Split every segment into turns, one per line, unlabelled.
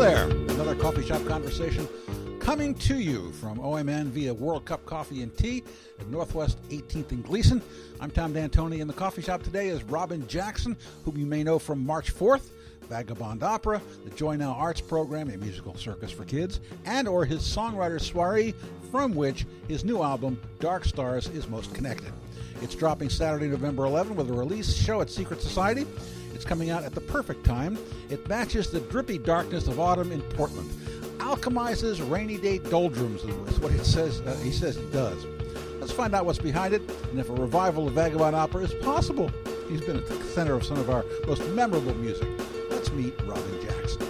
there. Another coffee shop conversation coming to you from OMN via World Cup Coffee and Tea at Northwest 18th and Gleason. I'm Tom D'Antoni, and the coffee shop today is Robin Jackson, whom you may know from March 4th. Vagabond Opera, the Joy Now Arts Program, a musical circus for kids, and or his songwriter soiree, from which his new album, Dark Stars, is most connected. It's dropping Saturday, November 11 with a release show at Secret Society. It's coming out at the perfect time. It matches the drippy darkness of autumn in Portland. Alchemizes rainy day doldrums is what it says. Uh, he says it does. Let's find out what's behind it and if a revival of Vagabond Opera is possible. He's been at the center of some of our most memorable music. Let's meet Robin Jackson.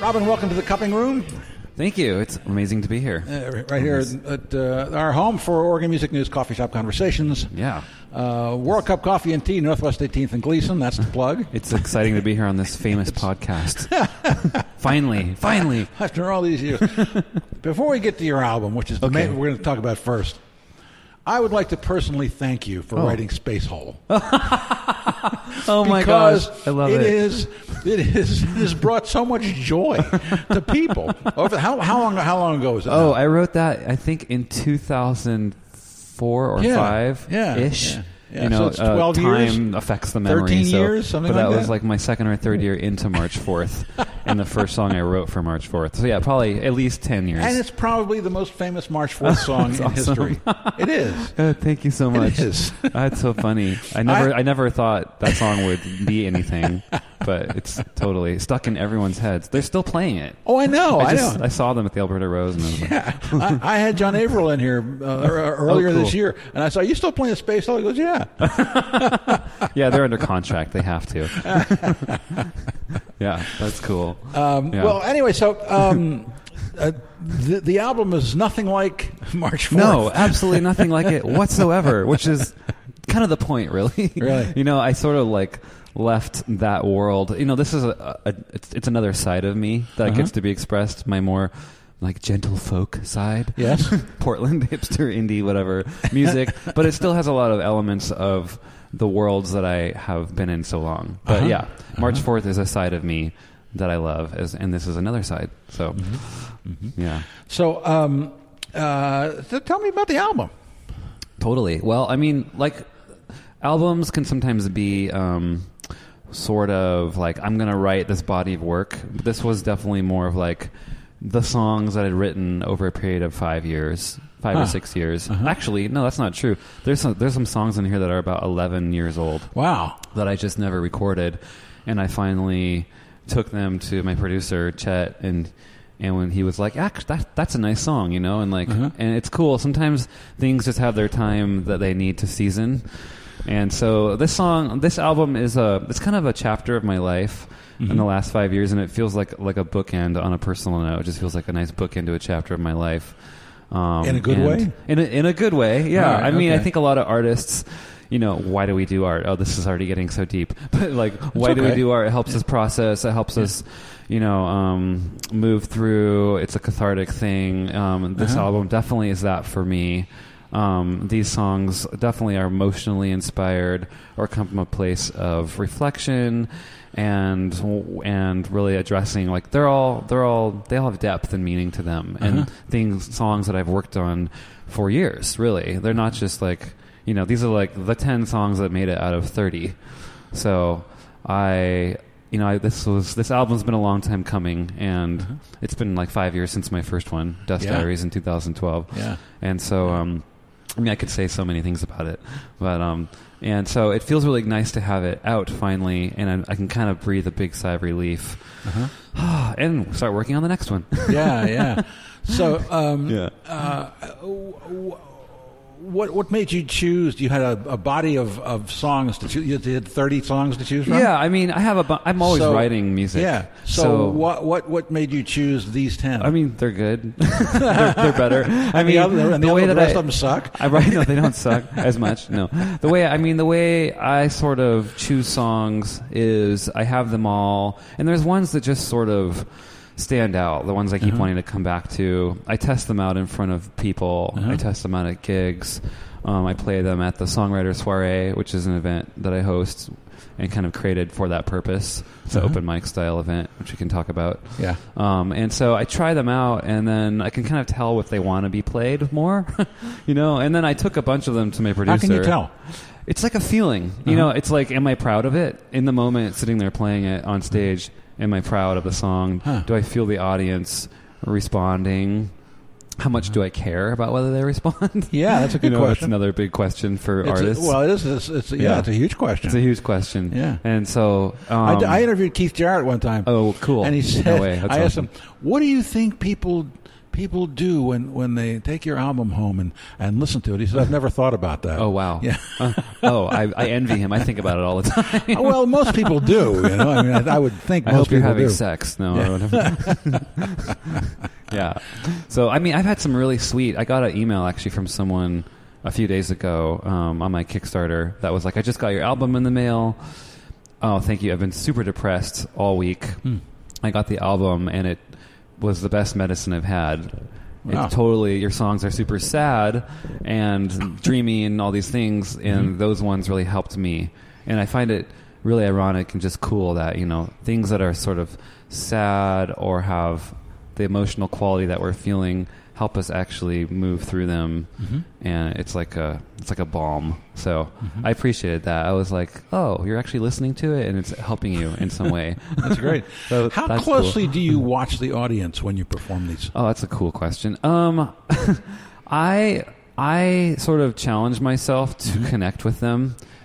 Robin, welcome to the Cupping Room.
Thank you. It's amazing to be here.
Uh, right here at uh, our home for Oregon Music News Coffee Shop Conversations.
Yeah.
Uh, World Cup Coffee and Tea, Northwest 18th and Gleason. That's the plug.
It's exciting to be here on this famous podcast. finally, finally.
After all these years. Before we get to your album, which is the
Okay.
main, we're going to talk about first, I would like to personally thank you for writing Space Hole.
Oh my
because
gosh. I love it.
it is it is it has brought so much joy to people. Over how how long how long ago was it?
Oh, I wrote that I think in 2004 or
Yeah.
5
Yeah.
ish.
Yeah. Yeah.
You
So
know,
it's 12
uh,
years?
time affects the memory.
13
so-
years, something
but
like
that was
that?
like my second or third year into March 4th, and the first song I wrote for March 4th. So yeah, probably at least 10 years.
and it's probably the most famous March Fourth song in
That's awesome.
history. It is.
Uh, thank you so much.
is.
That's so funny. I never,
I-
I, never thought that song would be anything, but it's totally stuck in everyone's heads. They're still playing it.
Oh, I know. I,
I, just,
know.
I saw them at the Alberta Rose, and I was like,
Yeah. I, I had John Averill in here uh, er- er- earlier this
Oh, cool.
year, and I saw you still playing Space Hole. He goes, "Yeah."
yeah, they're under contract. They have to. yeah, that's cool.
Um,
Yeah.
Well, anyway, so um, uh, the, the album is nothing like March 4th.
No, absolutely nothing like it whatsoever, which is kind of the point, really.
Really?
you know, I sort of like left that world. You know, this is a, a it's, it's another side of me that
Uh-huh.
gets to be expressed, my more like gentle folk side.
Yes.
Portland hipster indie whatever music, but it still has a lot of elements of the worlds that I have been in so long. But
Uh-huh.
yeah, March 4th is a side of me that I love as, and this is another side. So
Mm-hmm.
yeah.
So, um, uh, so tell me about the album.
Totally. Well, I mean, like albums can sometimes be um, sort of like I'm going to write this body of work. This was definitely more of like the songs that I'd written over a period of five years, five
Huh.
or six years. Actually, no, that's not true. There's some, there's some songs in here that are about 11 years old
Wow.
that I just never recorded, and I finally took them to my producer Chet, and and when he was like, "Act, that, that's a nice song," you know, and like,
Mm-hmm.
and it's cool. Sometimes things just have their time that they need to season, and so this song, this album is a, it's kind of a chapter of my life.
Mm-hmm.
In the last five years, and it feels like like a bookend on a personal note. It just feels like a nice bookend to a chapter of my life. Um,
In a good
and-
way?
In a, in a good way, yeah.
All right,
I mean, I
okay.
think a lot of artists, you know, why do we do art? Oh, this is already getting so deep. But like, why do we
okay.
do art? It helps us process. It helps us, you know, um, move through. It's a cathartic thing. Um, this album definitely is that for me. Um, these songs definitely are emotionally inspired or come from a place of reflection and and really addressing like they're all they're all they all have depth and meaning to them and things songs that I've worked on for years really they're not just like you know these are like the 10 songs that made it out of 30 so i you know I, this was this album's been a long time coming and it's been like five years since my first one dust
Uh-huh. Yeah.
diaries in 2012
Yeah.
and so um i mean i could say so many things about it but um and so it feels really nice to have it out finally and i, I can kind of breathe a big sigh of relief
Uh-huh.
and start working on the next one
Yeah, yeah. So, um,
Yeah.
uh, w- w- what what made you choose? You had a, a body of, of songs to choose. You had thirty songs to choose from.
Yeah, I mean, I have a. bu- I'm always
So-
writing music.
Yeah. So, what what what made you choose these ten?
I mean, they're good. they're, they're better. I
And the
mean,
other- and the
way
other- the
that
rest
I,
of 'em suck?
I right? No, they don't suck as much. No, the way I mean, the way I sort of choose songs is I have them all, and there's ones that just sort of stand out. The ones I
Uh-huh.
keep wanting to come back to. I test them out in front of people.
Uh-huh.
I test them out at gigs. Um, I play them at the songwriter soiree, which is an event that I host and kind of created for that purpose. It's an
Uh-huh.
open mic style event, which we can talk about.
yeah.
Um, and so I try them out, and then I can kind of tell if they want to be played more, you know. And then I took a bunch of them to my producer.
How can you tell? Uh-huh.
It's like a feeling, you know. It's like, am I proud of it in the moment, sitting there playing it on stage? Am I proud of the song?
Huh.
Do I feel the audience responding? How much do I care about whether they respond?
Yeah, that's a
you
good
know, that's
question.
another big question for
It's a-
artists.
well, it is. It's, it's, yeah,
Yeah.
it's a huge question.
it's a huge question.
Yeah.
and so
I
um,
d I I, interviewed Keith Jarrett one time.
Oh, cool.
And he
No
said,
way. That's
I asked
awesome.
him, "What do you think people people do when, when they take your album home and, and listen to it?" He said, "I've never thought about that."
Oh wow!
Yeah.
Uh, oh, I, I envy him. I think about it all the time.
well, most people do. You know, I mean, I, I would think
I
most
hope you're
people
having
do.
sex. No,
Yeah.
yeah. whatever. yeah. So I mean, I've had some really sweet. I got an email actually from someone a few days ago um, on my Kickstarter that was like, "I just got your album in the mail. Oh, thank you. I've been super depressed all week.
Hmm.
I got the album, and it was the best medicine I've had."
Wow.
It's totally your songs are super sad and dreamy and all these things, and
Mm-hmm.
those ones really helped me. And I find it really ironic and just cool that you know things that are sort of sad or have the emotional quality that we're feeling help us actually move through them,
Mm-hmm.
and it's like a it's like a balm. So
Mm-hmm.
I appreciated that. I was like, oh, you're actually listening to it, and it's helping you in some way.
That's great.
So
How
that's cool.
closely do you watch the audience when you perform these?
Oh, that's a cool question. Um, I I sort of challenge myself to
Mm-hmm.
connect with them.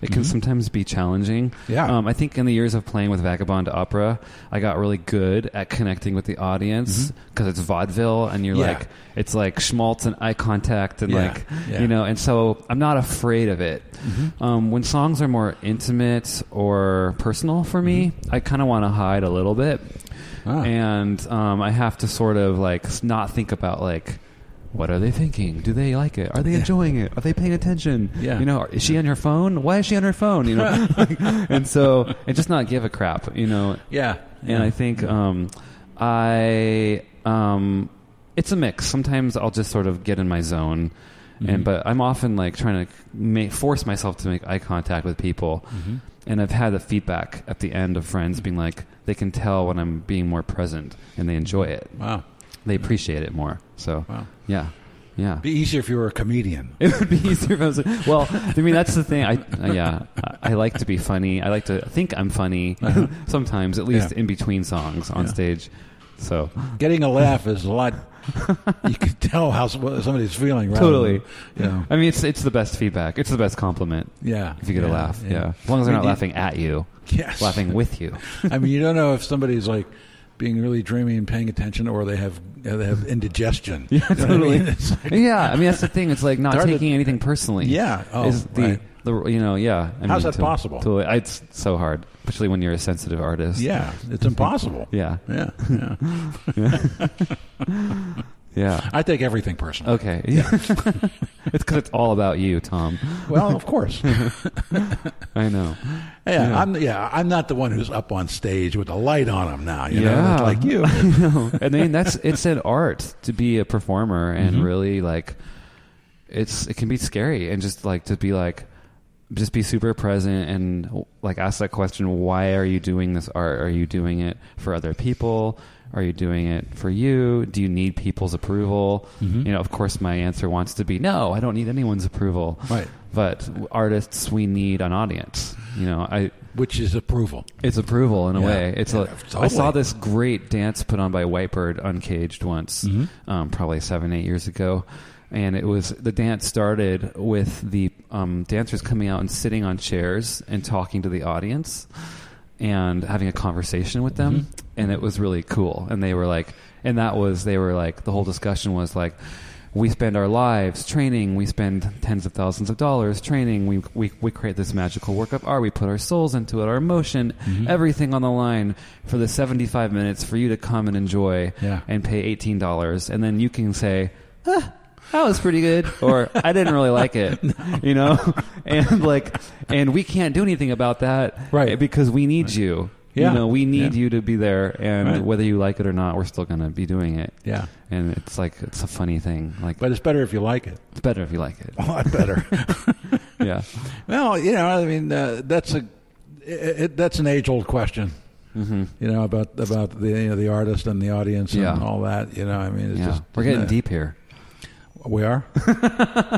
It can sometimes be challenging.
Yeah.
Um, I think in the years of playing with Vagabond Opera, I got really good at connecting with the audience because it's vaudeville, and you're
Mm-hmm. Yeah.
like, it's like schmaltz and eye contact, and
Yeah.
like,
Yeah. Mm-hmm.
you know. And so I'm not afraid of it. Um, when songs are more intimate or personal for me,
Mm-hmm.
I kind of want to hide a little bit
Ah.
and um, I have to sort of like s- not think about like what are they thinking? Do they like it? Are they enjoying it? Are they paying attention?
Yeah.
you know, is she on her phone? Why is she on her phone? You know, and so and just not give a crap. You know,
Yeah.
and I think um, I um, it's a mix. Sometimes I'll just sort of get in my zone,
Mm-hmm.
and but I'm often like trying to make, force myself to make eye contact with people.
Mm-hmm.
And I've had the feedback at the end of friends being like they can tell when I'm being more present and they enjoy it.
Wow.
They appreciate it more. So
Wow.
yeah, yeah.
Be easier if you were a comedian.
It would be easier if I was like, well, I mean, that's the thing. I, uh, yeah, I, I like to be funny. I like to think I'm funny sometimes, at least
Uh-huh. Yeah.
in between songs on
Yeah.
stage. So
Getting a laugh is a lot. you can tell how s- what somebody's feeling. rather
totally,
Than, you know,
I mean, it's it's the best feedback. It's the best compliment
yeah.
if you get a laugh. Yeah. as long as they're
I mean,
not
you-
laughing at you,
Yes.
laughing with you.
I mean, you don't know if somebody's like being really dreamy and paying attention, or they have uh, they have indigestion. Yeah,
totally. yeah, I mean, that's the thing. It's like not
Darn it.
taking anything personally.
Yeah. Oh,
is the,
right.
the you know yeah. I
How's
mean,
that
to-
possible?
to- it's so hard, especially when you're a sensitive artist.
Yeah, it's impossible.
yeah,
yeah, yeah.
yeah.
I take everything personally.
Okay. it's because it's all about you, Tom.
Well, of course.
I know.
Yeah,
Yeah.
I'm. Yeah, I'm not the one who's up on stage with the light on him now. You know,
Yeah.
It's like you.
I know. I mean, that's it's an art to be a performer and
Mm-hmm.
really like it's it can be scary and just like to be like just be super present and like ask that question why are you doing this art are you doing it for other people are you doing it for you do you need people's approval
Mm-hmm.
you know of course my answer wants to be no i don't need anyone's approval
Right.
but artists we need an audience you know i
Which is approval.
it's approval in a
Yeah.
way. It's
Yeah,
a I
totally.
saw this great dance put on by Whitebird Uncaged once,
Mm-hmm.
um, probably seven eight years ago, and it was the dance started with the um, dancers coming out and sitting on chairs and talking to the audience and having a conversation with them,
Mm-hmm.
and it was really cool. And they were like, and that was they were like the whole discussion was like. we spend our lives training. We spend tens of thousands of dollars training. We, we, we create this magical work of art. We put our souls into it, our emotion,
Mm-hmm.
everything on the line for the 75 minutes for you to come and enjoy
Yeah.
and pay $18. And then you can say, huh, that was pretty good. Or I didn't really like it, you know? and like, and we can't do anything about that
Right.
because we need you.
Yeah.
You know, we need
Yeah.
you to be there. And
Right.
whether you like it or not, we're still going to be doing it.
Yeah.
And it's like, it's a funny thing. Like,
But it's better if you like it.
it's better if you like it.
A lot better.
Yeah.
well, you know, I mean, uh, that's a it, it, that's an age old question.
Mm-hmm.
You know about about the you know, the artist and the audience and
Yeah.
all that. You know, I mean, it's
Yeah.
just
We're getting
isn't it-
deep here.
We are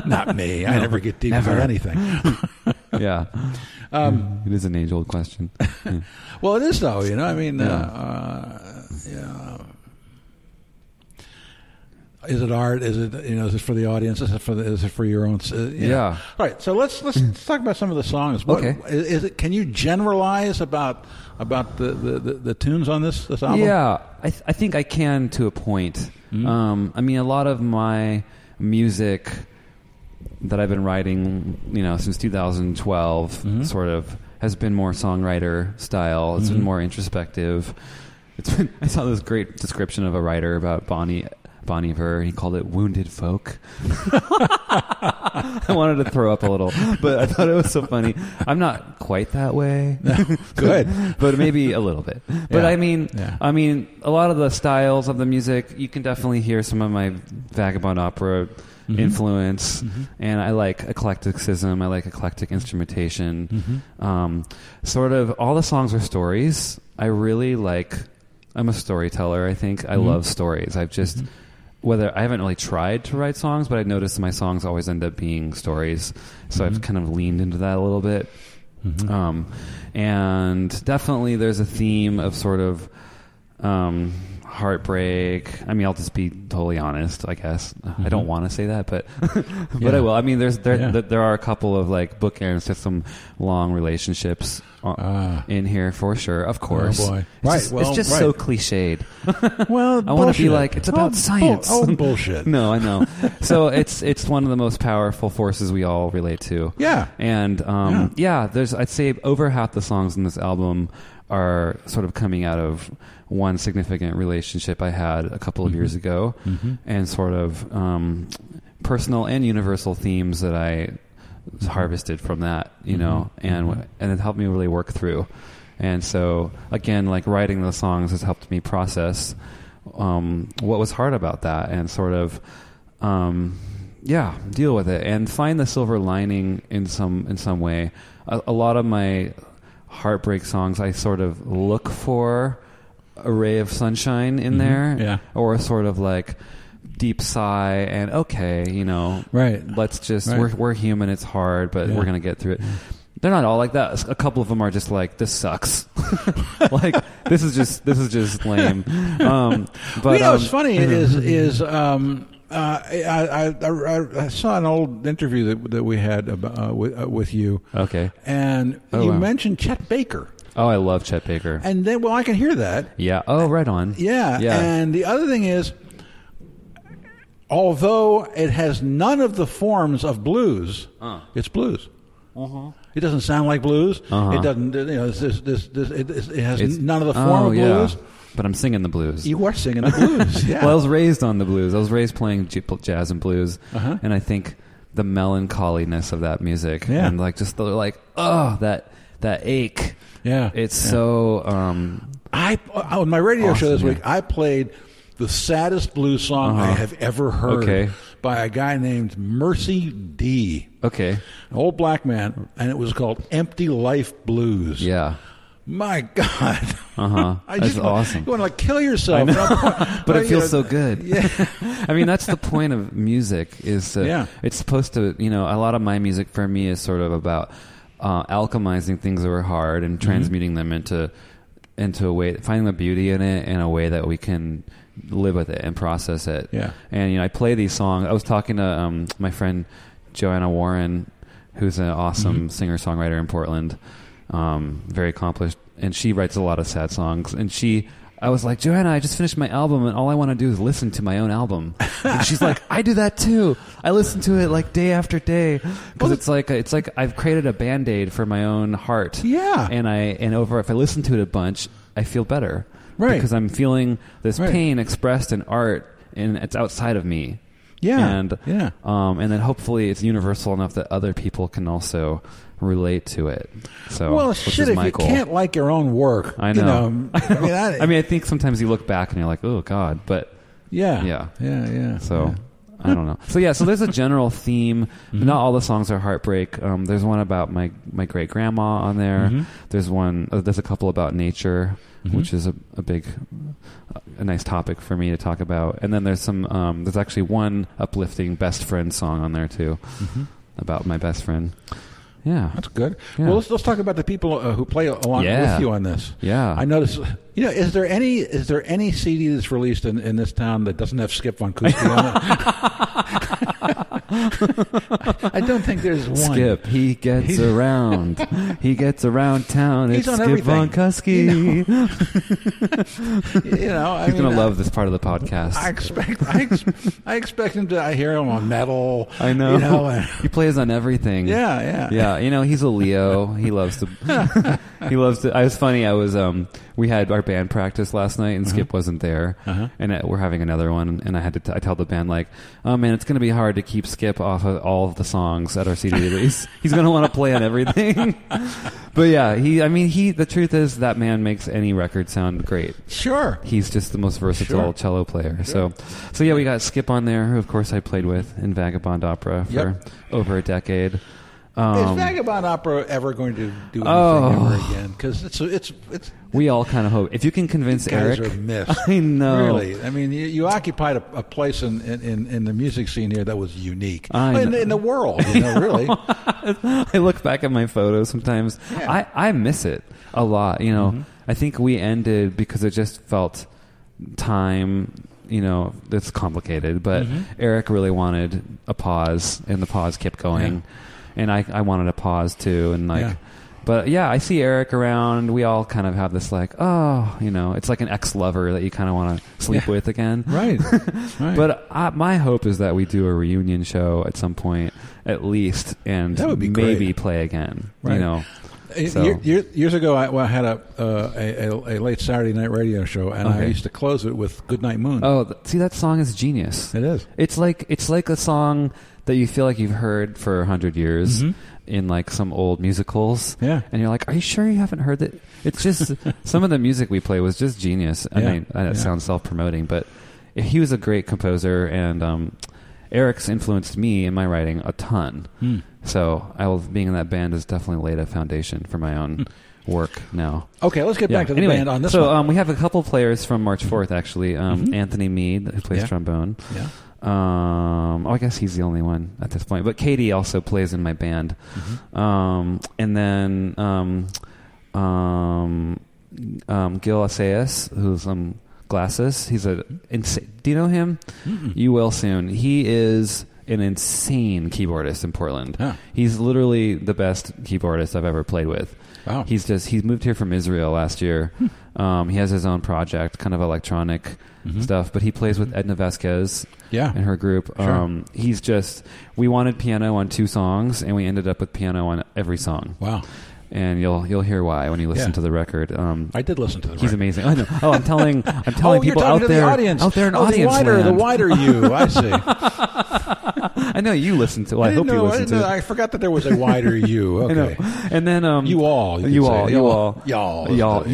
not me. I never get deep
Never.
about anything.
Yeah.
Um,
It is an age old question.
well, it is though. You know, I mean,
Yeah.
uh, uh, yeah. Is it art? Is it you know? Is it for the audience? Is it for the, is it for your own? s- Uh, you know.
Yeah. Mm.
All right. So let's let's talk about some of the songs. What,
Okay.
Is, is it? Can you generalize about about the, the, the, the tunes on this this album? Mm-hmm.
Yeah, I, th- I think I can to a point. Um, I mean, a lot of my music that I've been writing, you know, since 2012,
Mm-hmm.
sort of has been more songwriter style. It's been more introspective. It's been. I saw this great description of a writer about Bonnie. Bonnie Ver, he called it wounded folk. I wanted to throw up a little, but I thought it was so funny. I'm not quite that way.
Good.
but maybe a little bit. But
Yeah.
I mean,
Yeah.
I mean, a lot of the styles of the music, you can definitely hear some of my vagabond opera influence,
Mm-hmm.
and I like eclecticism. I like eclectic instrumentation. Um, sort of all the songs are stories. I really like. I'm a storyteller. I think I love stories. I've just whether I haven't really tried to write songs, but I've noticed my songs always end up being stories. So I've kind of leaned into that a little bit.
Mm-hmm.
Um, and definitely there's a theme of sort of um, heartbreak. I mean, I'll just be totally honest, I guess. I don't want to say that, but but
Mm-hmm. Yeah.
I will. I mean, there's there
Yeah.
th- there are a couple of like bookends to some long relationships on,
Ah.
in here for sure. Of course.
oh, boy.
It's
Right,
just,
well,
it's just
right.
so cliched.
Well,
I wanna be
bullshit.
like, it's about
bull-
science.
oh, bullshit.
No, I know. so it's it's one of the most powerful forces we all relate to.
Yeah.
And um, yeah. there's I'd say over half the songs in this album are sort of coming out of one significant relationship I had a couple of years ago, and sort of um, personal and universal themes that I harvested from that, you know, and and it helped me really work through. And so again, like writing the songs has helped me process um, what was hard about that and sort of um, yeah deal with it and find the silver lining in some in some way a, a lot of my heartbreak songs i sort of look for a ray of sunshine in there
Mm-hmm. yeah.
or a sort of like deep sigh and okay you know
Right.
let's just
Right.
we're, we're human it's hard but
Yeah.
we're gonna get through it they're not all like that a couple of them are just like this sucks like this is just this is just lame um but
you know,
um, mm-hmm.
what's funny is is um, uh, I, I, I, I saw an old interview that that we had about, uh, with, uh, with you,
okay
and
Oh,
you
wow.
mentioned Chet Baker,
Oh, I love Chet Baker.
and then well, I can hear that.
yeah. Oh, right on.
Yeah.
Yeah.
And the other thing is, although it has none of the forms of blues, it's blues. It doesn't sound like blues.
Uh-huh.
It doesn't. You know, it's this, this, this, it, it has
It's-
none of the form
oh,
of
yeah.
blues.
But I'm singing the blues.
You are singing the blues. Yeah.
Well, I was raised on the blues. I was raised playing j- jazz and blues,
Uh-huh.
and I think the melancholiness of that music
Yeah.
and like just the like oh that that ache.
yeah.
It's so um
I uh, on my radio show this
Awesome,
week, I played the saddest blues song I
Uh-huh.
have ever heard
Okay.
by a guy named Mercy D,
okay.
an old black man, and it was called "Empty Life Blues."
Yeah.
My God.
Uh huh.
I
That's
just want-
awesome.
You want to like kill yourself. uh, Like,
but it
you
feels
know,
so good.
Yeah.
I mean, that's the point of music is to,
Yeah.
it's supposed to, you know, a lot of my music for me is sort of about uh, alchemizing things that were hard and
Mm-hmm.
transmuting them into into a way, finding the beauty in it in a way that we can live with it and process it.
Yeah.
And you know, I play these songs. I was talking to um, my friend Joanna Warren, who's an awesome singer songwriter in Portland, um, very accomplished, and she writes a lot of sad songs. And she, I was like, Joanna, I just finished my album, and all I want to do is listen to my own album. And she's like, I do that too. I listen to it like day after day because it's like it's like I've created a band aid for my own heart.
Yeah.
and I and over if I listen to it a bunch, I feel better.
Right.
because I'm feeling this
Right.
pain expressed in art, and it's outside of me.
Yeah.
and
Yeah.
um, and then hopefully it's universal enough that other people can also relate to it. So
well,
which
shit,
is
if
my
you
goal.
can't like your own work,
I
you
know.
I mean, I,
I mean, I think sometimes you look back and you're like, oh god, but
yeah,
yeah.
yeah, yeah. Mm-hmm.
so. I don't know. So yeah, so there's a general theme. but Not all the songs are heartbreak. Um, there's one about my my great grandma on there.
Mm-hmm.
There's one. Uh, there's a couple about nature, which is a, a big, a nice topic for me to talk about. And then there's some. Um, there's actually one uplifting best friend song on there too, about my best friend. Yeah,
Mm-hmm. that's good.
Yeah.
Well, let's let's talk about the people uh, who play along
Yeah.
with you on this.
yeah.
I noticed. You know, is there any is there any CD that's released in, in this town that doesn't have Skip Von Kooski on it? I don't think there's one.
Skip, he gets
He's-
around. he gets around town.
He's
it's
on
Skip Von
everything.
Kusky.
You know, I
He's
mean,
gonna
I-
love this part of the podcast.
I expect I, ex- I expect him to. I hear him on metal.
I know.
You know. and-
he plays on everything.
yeah, yeah,
Yeah, you know he's a Leo. He loves to. he loves to. I was funny. I was. Um, we had our band practice last night, and Skip wasn't there,
Uh-huh.
and uh, we're having another one. And I had to. T- I tell the band like, "Oh man, it's going to be hard to keep Skip off of all of the songs at our CD release. He's going to want to play on everything." but yeah, he. I mean, he. The truth is that man makes any record sound great
Sure.
he's just the most versatile
Sure.
cello player. So, so yeah, we got Skip on there, who of course I played with in Vagabond Opera for
Yep.
over a decade.
Is
Um,
Vagabond Opera ever going to do anything
Oh.
ever again? Because it's it's it's
we all kind of hope if you can convince
guys
Eric.
are missed.
I know.
Really, I mean, you, you occupied a, a place in, in- in, in the music scene here that was unique
I
in,
know.
in the world. You know, really,
I look back at my photos sometimes.
Yeah. Mm-hmm.
I, I miss it a lot. You know, I think we ended because it just felt time. You know, it's complicated, but
Mm-hmm.
Eric really wanted a pause, and the pause kept going, and I, I wanted a pause too, and like.
Yeah.
But yeah, I see Eric around. We all kind of have this like, oh, you know, it's like an ex-lover that you kind of want to sleep
Yeah.
with again.
right, right.
But I, my hope is that we do a reunion show at some point, at least, and
That would be
maybe
great.
play again.
Right.
You know,
Ye-
So-
ye- uh, year- years ago, I, well, I had a, uh, a, a a late Saturday night radio show, and I
Okay.
used to close it with "Good Night Moon."
oh, th- see that song is genius.
it is.
It's like it's like a song that you feel like you've heard for a hundred years
Mm-hmm.
in like some old musicals.
Yeah.
and you're like, are you sure you haven't heard it? It's just some of the music we play was just genius. I
Yeah.
mean, that
Yeah.
sounds self promoting, but he was a great composer, and um, Eric's influenced me in my writing a ton.
Hmm.
So I will, being in that band has definitely laid a foundation for my own work now.
Okay, let's get
Yeah.
back to the
anyway,
band on this
so
one.
um, we have a couple players from March 4th, actually. Um, Anthony Mead, who plays
Yeah.
trombone.
yeah.
Um, oh, I guess he's the only one at this point. But Katie also plays in my band.
Mm-hmm.
Um, and then um, um, um, Gil Aceas, who's um, glasses. He's a. Insa- Do you know him? You will soon. He is an insane keyboardist in Portland.
Huh.
He's literally the best keyboardist I've ever played with.
Wow.
He's just he's moved here from Israel last year. Um, he has his own project, kind of electronic stuff, but he plays with Edna Vasquez
Yeah.
and her group.
Sure.
Um, he's just we wanted piano on two songs, and we ended up with piano on every song.
Wow.
And you'll you'll hear why when you listen
Yeah.
to the record. Um,
I did listen to the
he's
record.
amazing. I know. Oh, I'm telling I'm
Oh,
telling
you're
people
talking to
out there
the audience.
out there in
oh,
audience
the wider,
land.
the wider you. I see.
I know you listen to. Well, I,
didn't
hope
know,
you
I
listen
didn't
to.
know- I forgot that there was a wider you.
I
Okay.
know. And then um,
You all, you
you,
could say.
all,
Y'all.
you all,
Y'all.
y'all,
Yeah. Mm-hmm.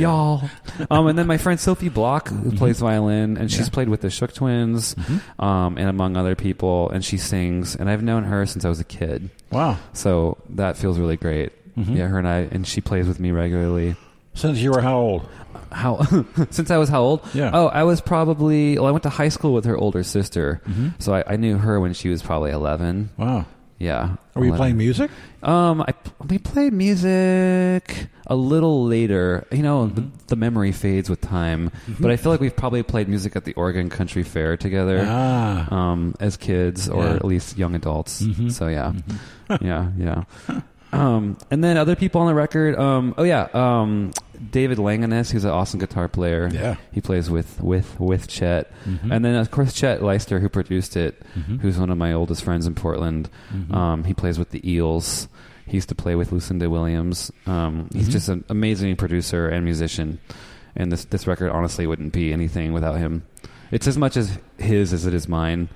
y'all. um, and then my friend Sophie Block, who plays violin, and she's
Yeah. Mm-hmm.
played with the Shook Twins, um, and among other people, and she sings. And I've known her since I was a kid,
Wow.
so that feels really great.
Mm-hmm.
Yeah, her and I, and she plays with me regularly.
Since you were how old?
How since I was how old?
Yeah.
Oh, I was probably. Well, I went to high school with her older sister, so I, I knew her when she was probably eleven.
Wow.
Yeah.
Were you
11.
playing music?
Um, I we played music a little later. You know, the,
Mm-hmm.
the memory fades with time, but I feel like we've probably played music at the Oregon Country Fair together,
Ah.
um, as kids or
Yeah. Mm-hmm.
at least young adults. So yeah, yeah, yeah. Um, and then other people on the record. Um, oh yeah, um, David Langanes, who's an awesome guitar player.
Yeah. Mm-hmm.
he plays with with with Chet, and then of course Chet Leister, who produced it, who's one of my oldest friends in Portland.
Mm-hmm.
Um, he plays with the Eels. He used to play with Lucinda Williams. Um, he's
Mm-hmm.
just an amazing producer and musician. And this this record honestly wouldn't be anything without him. It's as much as his as it is mine.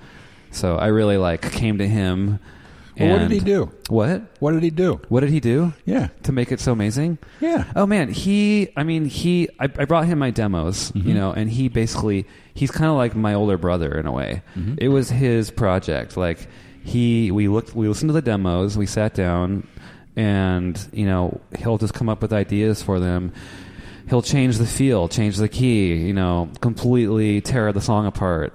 So I really like came to him.
Well, what did
and-
he do?
What?
What did he do?
What did he do
Yeah.
to make it so amazing?
Yeah.
Oh man, he. I mean, he. I, I brought him my demos, you know, and he basically he's kind of like my older brother in a way. It was his project. Like he, we looked, we listened to the demos, we sat down, and you know, he'll just come up with ideas for them. He'll change the feel, change the key, you know, completely tear the song apart.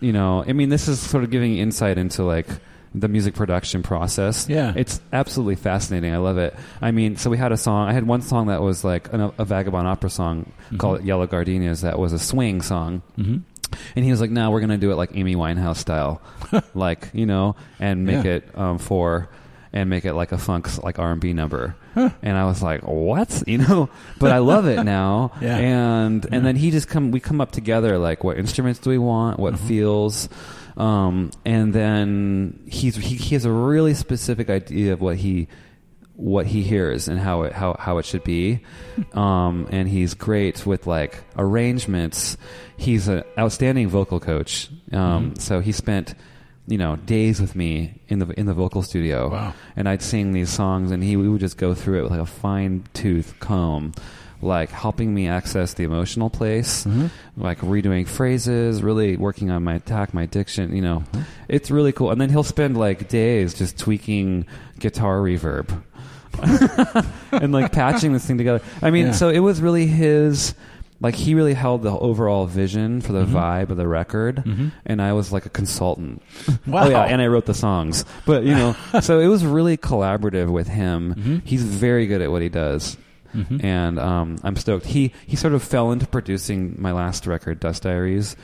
You know, I mean, this is sort of giving insight into like the music production process.
Yeah.
It's it's absolutely fascinating. I love it. I mean, so we had a song. I had one song that was like an, a vagabond opera song
Mm-hmm.
called "Yellow Gardenias." That was a swing song. And he was like, "No, we're going to do it like Amy Winehouse style, like you know, and make
Yeah.
it um, four, and make it like a funk, like R and B number." And I was like, "What?" You know, but I love it now.
Yeah.
And and then he just come. We come up together. Like, what instruments do we want? What
Mm-hmm.
feels? Um, and then he's he, he has a really specific idea of what he what he hears and how it how, how it should be. Um, and he's great with like arrangements. He's an outstanding vocal coach. Um,
Mm-hmm.
so he spent you know days with me in the in the vocal studio
Wow.
and I'd sing these songs, and he we would just go through it with like a fine tooth comb, like helping me access the emotional place,
Mm-hmm.
Mm-hmm. like redoing phrases, really working on my attack, my diction. You know,
Mm-hmm.
it's really cool. And then he'll spend like days just tweaking guitar reverb and like patching this thing together. I mean,
Yeah.
so it was really his. Like he really held the overall vision for the
Mm-hmm.
vibe of the record, and I was like a consultant.
Wow.
Oh yeah, and I wrote the songs. But you know, so it was really collaborative with him.
Mm-hmm.
He's very good at what he does, and um, I'm stoked. He he sort of fell into producing my last record, Dust Diaries,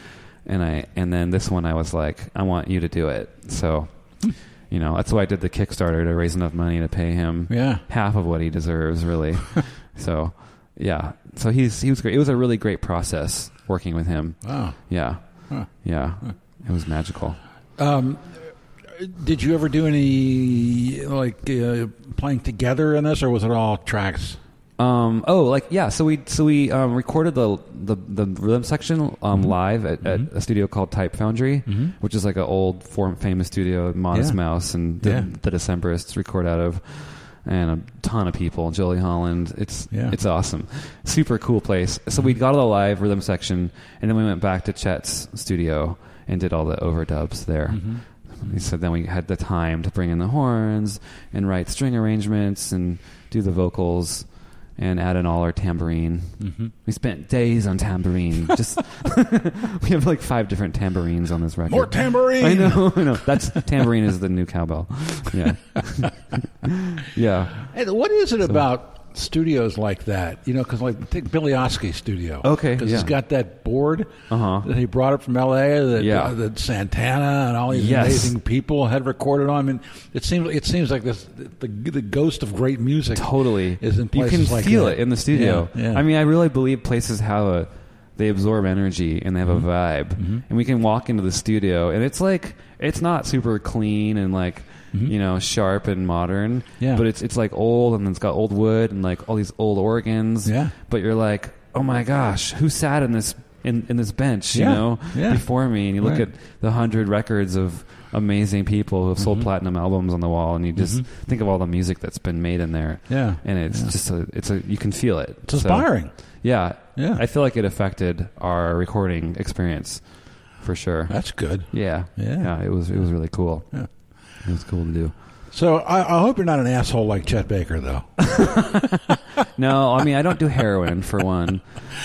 and I and then this one I was like, I want you to do it. So, you know, that's why I did the Kickstarter to raise enough money to pay him
Yeah.
half of what he deserves, really. so, yeah. So he's he was great. It was a really great process working with him.
Wow.
Yeah,
Huh.
yeah. It was magical.
Um, did you ever do any like uh, playing together in this, or was it all tracks?
Um, oh, like yeah. So we so we um, recorded the, the the rhythm section um, live at, at a studio called Type Foundry,
Mm-hmm.
which is like an old form, famous studio, Modest
Yeah.
Mouse and the,
Yeah.
the Decemberists record out of, and a ton of people. Jolie Holland. It's
Yeah.
it's awesome, super cool place. So we got all the live rhythm section, and then we went back to Chet's studio and did all the overdubs there.
Mm-hmm.
He said then we had the time to bring in the horns and write string arrangements and do the vocals and add in all our tambourine.
Mm-hmm.
We spent days on tambourine. Just we have like five different tambourines on this record.
More tambourine.
I know, I know. That's tambourine is the new cowbell. Yeah, yeah.
Hey, what is it about studios like that? You know, because like take Billy Oskie's studio.
Okay,
because he's
yeah.
got that board
Uh-huh.
that he brought up from L.A. That,
Yeah.
uh, that Santana and all these
Yes.
amazing people had recorded on. I mean, it seems it seems like this the the ghost of great music
Totally.
is in
you
places
can
like
feel
that.
it in the studio.
Yeah, yeah.
I mean, I really believe places have a they absorb energy and they have
Mm-hmm.
a vibe, and we can walk into the studio and it's like it's not super clean and like you know sharp and modern,
Mm-hmm. Yeah.
but it's it's like old and it's got old wood and like all these old organs.
Yeah.
But you're like, oh my gosh, who sat in this in, in this bench?
Yeah,
You know,
yeah.
before me, and you look
Right.
at the hundred records of amazing people who have sold
Mm-hmm.
platinum albums on the wall, and you just think of all the music that's been made in there.
Yeah.
and it's just a, it's a you can feel it.
It's inspiring.
yeah,
Yeah.
I feel like it affected our recording experience for sure.
That's good.
Yeah,
Yeah.
It was it was really cool.
Yeah.
It was cool to do.
So I, I hope you're not an asshole like Chet Baker, though.
No, I mean I don't do heroin for one.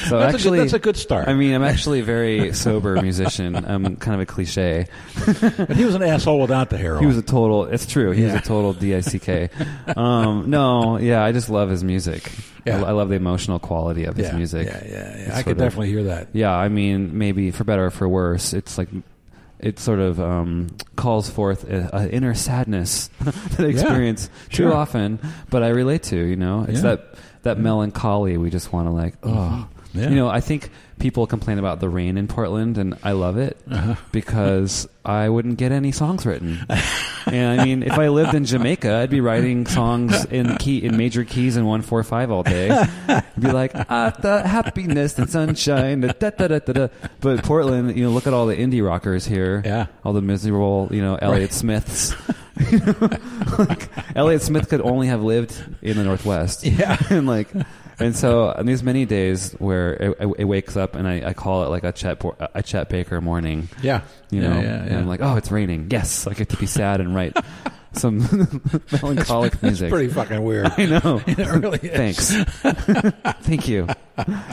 So
That's a good-
actually,
that's a good start.
I mean, I'm actually a very sober musician. I'm kind of a cliche.
But he was an asshole without the heroin.
He was a total. It's true. He was
Yeah.
a total dick. um, no, yeah, I just love his music.
Yeah.
I, I love the emotional quality of his
yeah,
music.
Yeah, yeah, yeah.
It's
I
sort
could
of-
definitely hear that.
Yeah, I mean, maybe for better or for worse, it's like it sort of um, calls forth an inner sadness that I experience
sure.
too often, but I relate to. You know, it's
Yeah.
that that melancholy we just want to like. Oh,
Mhm. Yeah.
you know, I think people complain about the rain in Portland, and I love it
Uh-huh.
because I wouldn't get any songs written. and I mean, if I lived in Jamaica, I'd be writing songs in key in major keys in one four five all day. I'd be like, ah, the happiness and sunshine, da, da, da, da, da. But Portland, you know, look at all the indie rockers here.
Yeah.
all the miserable, you know, Elliott
Right.
Smiths. like, Elliott Smith could only have lived in the Northwest.
Yeah.
and like, and so on these many days where it, it wakes up and I, I call it like a Chet, Por- a Chet Baker morning,
Yeah.
you
yeah,
know,
yeah,
and
yeah.
I'm like, oh, it's raining. Yes, I get to be sad and write some melancholic
it's
music.
pretty fucking weird.
I know.
it really is.
Thanks. Thank you.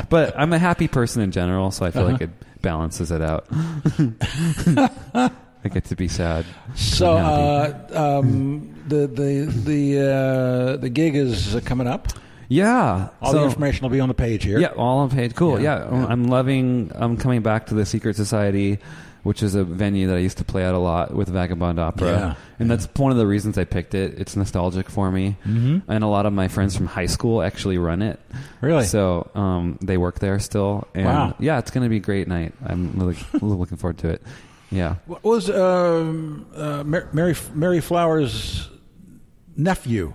But I'm a happy person in general, so I feel
Uh-huh.
like it balances it out. I get to be sad.
So uh,
Unhappy.
um, the the the uh, the gig is uh, coming up.
Yeah.
All
so-
the information will be on the page here.
Yeah, all on page. Cool.
Yeah,
Yeah,
yeah.
I'm loving. I'm coming back to the Secret Society, which is a venue that I used to play at a lot with Vagabond Opera,
Yeah, Mm.
and that's one of the reasons I picked it. It's nostalgic for me, mm-hmm. and a lot of my friends from high school actually run it.
Really?
So um, they work there still. And
Wow.
Yeah, it's going to be a great night. I'm really, really looking forward to it. Yeah.
What was um, uh, Mar- Mary Mary Flowers' nephew?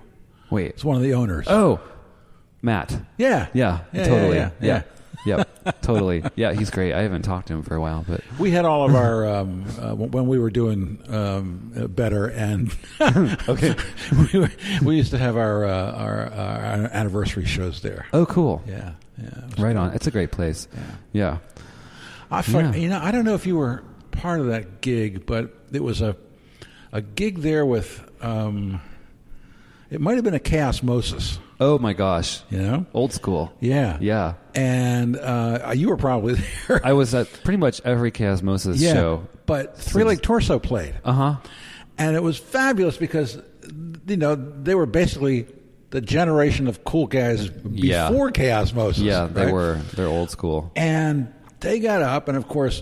Wait.
It's one of the owners.
Oh, Matt.
yeah.
Yeah,
Yeah,
totally.
yeah,
Yeah.
yeah,
Yep. totally. Yeah, he's great. I haven't talked to him for a while, but
We had all of our um, uh, w- when we were doing um, uh, better, and okay, we, were, we used to have our, uh, our our anniversary shows there.
oh, cool.
Yeah, yeah.
Right on. It's a great place. Yeah.
I find,
Yeah.
you know I don't know if you were part of that gig, but it was a a gig there with um, it might have been a chaosmosis,
Oh my gosh.
you know?
Old school.
Yeah,
Yeah.
And uh, you were probably there.
I was at pretty much every Chaosmosis
yeah, Uh-huh.
show.
but Three Leg Torso played.
Uh huh.
And it was fabulous because, you know, they were basically the generation of cool guys
Yeah.
before Chaosmosis.
Yeah, they
right?
were. They're old school.
And they got up, and of course,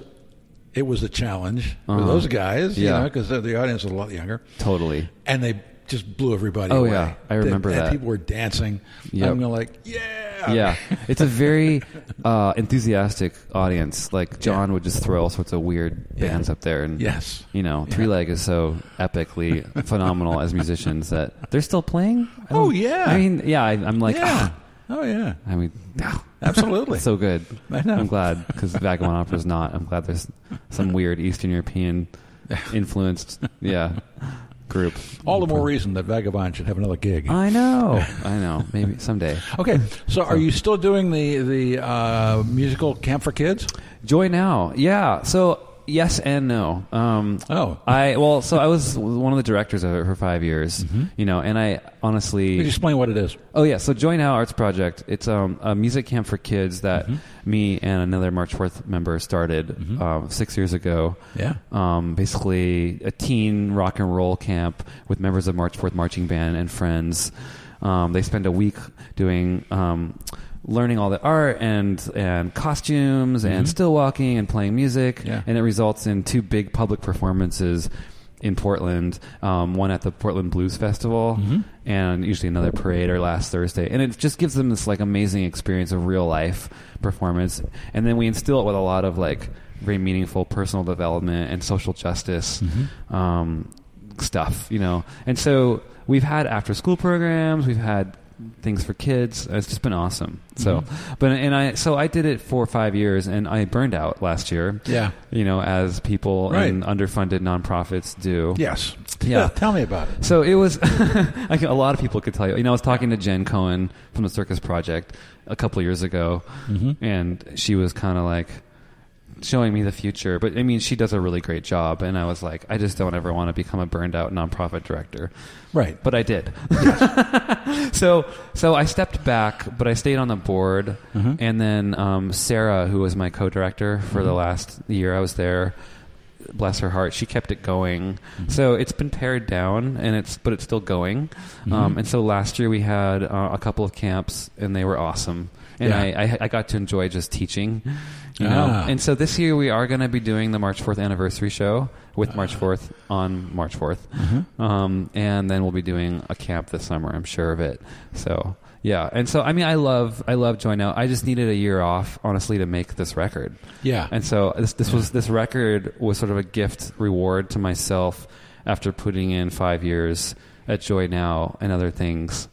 it was a challenge for
Uh-huh.
those guys, you
Yeah.
know, because the audience was a lot younger.
Totally.
And they just blew everybody
Oh,
away.
yeah. I remember
and
that.
people were dancing.
Yep.
I'm going like, yeah.
Yeah, it's a very uh, enthusiastic audience. Like John would just throw all sorts of weird
Yeah.
bands up there, and
Yes.
you know, Three Leg is so epically phenomenal as musicians that they're still playing. I
Oh,
don't-
yeah.
I mean, yeah, I, I'm like,
Yeah.
ah.
Oh, yeah.
I mean,
Absolutely.
so good.
I know.
I'm glad because Vagabond Opera's not. I'm glad there's some weird Eastern European influenced, yeah, group.
All the more reason that Vagabond should have another gig.
I know, I know. Maybe someday.
Okay, so are you still doing the the uh, musical Camp for Kids?
Joy now, yeah. So yes and no. Um,
Oh.
I well, so I was one of the directors of it for five years, you know, and I
Could
honestly,
you explain what it is?
oh yeah. So Joy now Arts Project, it's um, a music camp for kids that me and another March Fourth member started um, six years ago.
Yeah.
Um, basically, a teen rock and roll camp with members of March Fourth Marching Band and friends. Um, they spend a week doing um, learning all the art and and costumes and still walking and playing music,
Yeah.
and it results in two big public performances in Portland. Um, one at the Portland Blues Festival,
Mm-hmm.
and usually another parade or last Thursday. And it just gives them this like amazing experience of real life performance, and then we instill it with a lot of like very meaningful personal development and social justice
Mm-hmm.
um, stuff, you know. And so we've had after school programs, we've had things for kids. It's just been awesome. So, but and I so I did it for five years, and I burned out last year.
Yeah.
you know, as people
Right.
and underfunded nonprofits do.
Yes.
Yeah.
Tell me about it.
So it was. I can- a lot of people could tell you. You know, I was talking to Jen Cohen from the Circus Project a couple of years ago,
Mm-hmm.
and she was kind of like showing me the future. But I mean, she does a really great job, and I was like, I just don't ever want to become a burned out nonprofit director
Right.
but I did. so so I stepped back, but I stayed on the board,
Mm-hmm. Mm-hmm.
and then um, Sarah, who was my co-director for the last year I was there, bless her heart, she kept it going.
Mm-hmm.
So it's been pared down, and it's but it's still going.
Mm-hmm.
Um, and so last year we had uh, a couple of camps, and they were awesome. And
Yeah.
I, I, I got to enjoy just teaching, you know.
Ah.
And so this year we are going to be doing the March Fourth anniversary show with March
Ah.
Fourth on March 4th
Mm-hmm.
um, and then we'll be doing a camp this summer. I'm sure of it. So yeah, and so I mean, I love I love Joy Now. I just needed a year off, honestly, to make this record.
Yeah.
And so this this was this record was sort of a gift reward to myself after putting in five years at Joy Now and other things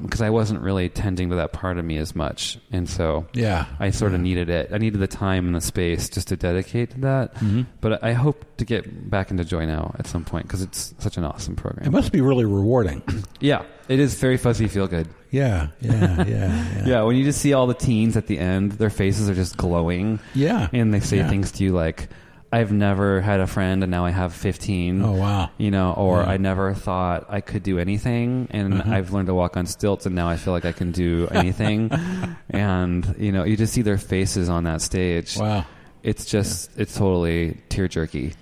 because I wasn't really tending to that part of me as much, and so
yeah.
I sort of needed it. I needed the time and the space just to dedicate to that. But I hope to get back into Joy Now at some point because it's such an awesome
It
program.
must be really rewarding.
yeah, it is very fuzzy, feel good.
Yeah, yeah, yeah, yeah.
Yeah, when you just see all the teens at the end, their faces are just glowing.
Yeah.
And they say
Yeah.
things to you like, I've never had a friend and now I have 15.
Oh, wow.
You know, or
Yeah.
I never thought I could do anything and
Uh-huh.
I've learned to walk on stilts and now I feel like I can do anything. and, you know, you just see their faces on that stage.
Wow.
It's just it's totally tear jerky.